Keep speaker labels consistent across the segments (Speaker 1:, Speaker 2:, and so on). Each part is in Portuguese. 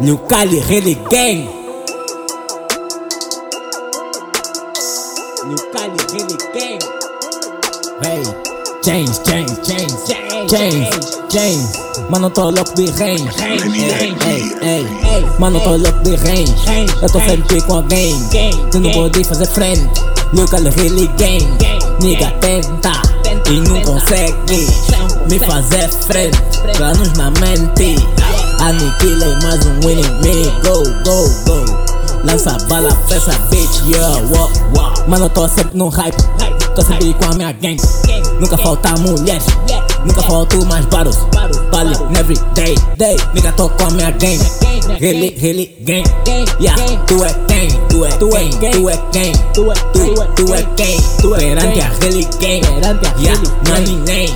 Speaker 1: New Cali Rally Gang New Cali Rally Gang Hey, change, change, change, change, change, change Mano, tô louco de range Hey, hey, hey Mano, tô louco de range Eu tô sempre com alguém Tu não pode fazer frente New Cali Rally Gang Nigga, tenta E não consegue Me fazer frente Pra nos na mente Aniquilei mais um inimigo, go, go, go Lança bala pra essa bitch, yeah, wow, wow Mano, tô sempre no hype, tô sempre com a minha gang Nunca falta mulher, nunca falto mais baros Bali every day, day, nigga, tô com a minha gang Really, really gang, yeah, tu é gang, tu é, tu é, tu é gang Tu, tu é gang, perante a really gang Yeah, não há ninguém,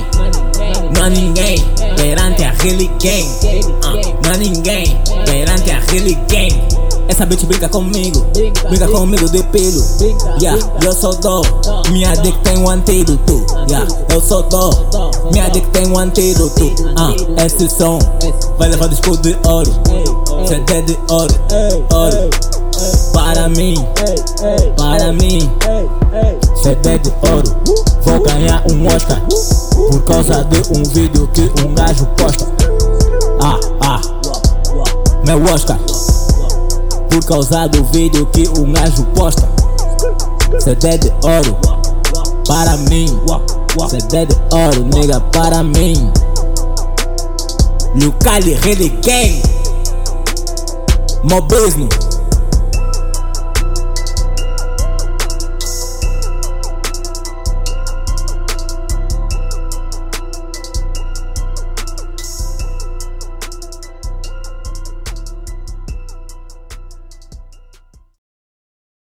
Speaker 1: não há ninguém perante a Hilly Gang. Uh, não há ninguém perante a Hilly Gang. Essa bitch brinca comigo, brinca comigo de pelo. Yeah, eu sou dó, minha dick tem um antídoto. Yeah, eu sou dó, minha dick tem um antídoto. Uh, esse som vai levar disco de ouro, CD de ouro, ouro. Para mim, para mim, CD de ouro. Vou ganhar um Oscar. Por causa de um vídeo que um gajo posta Ah, ah Meu Oscar Por causa do vídeo que um gajo posta CD de ouro Para mim CD de ouro, nega, para mim Lucali Rede Gang Mobismo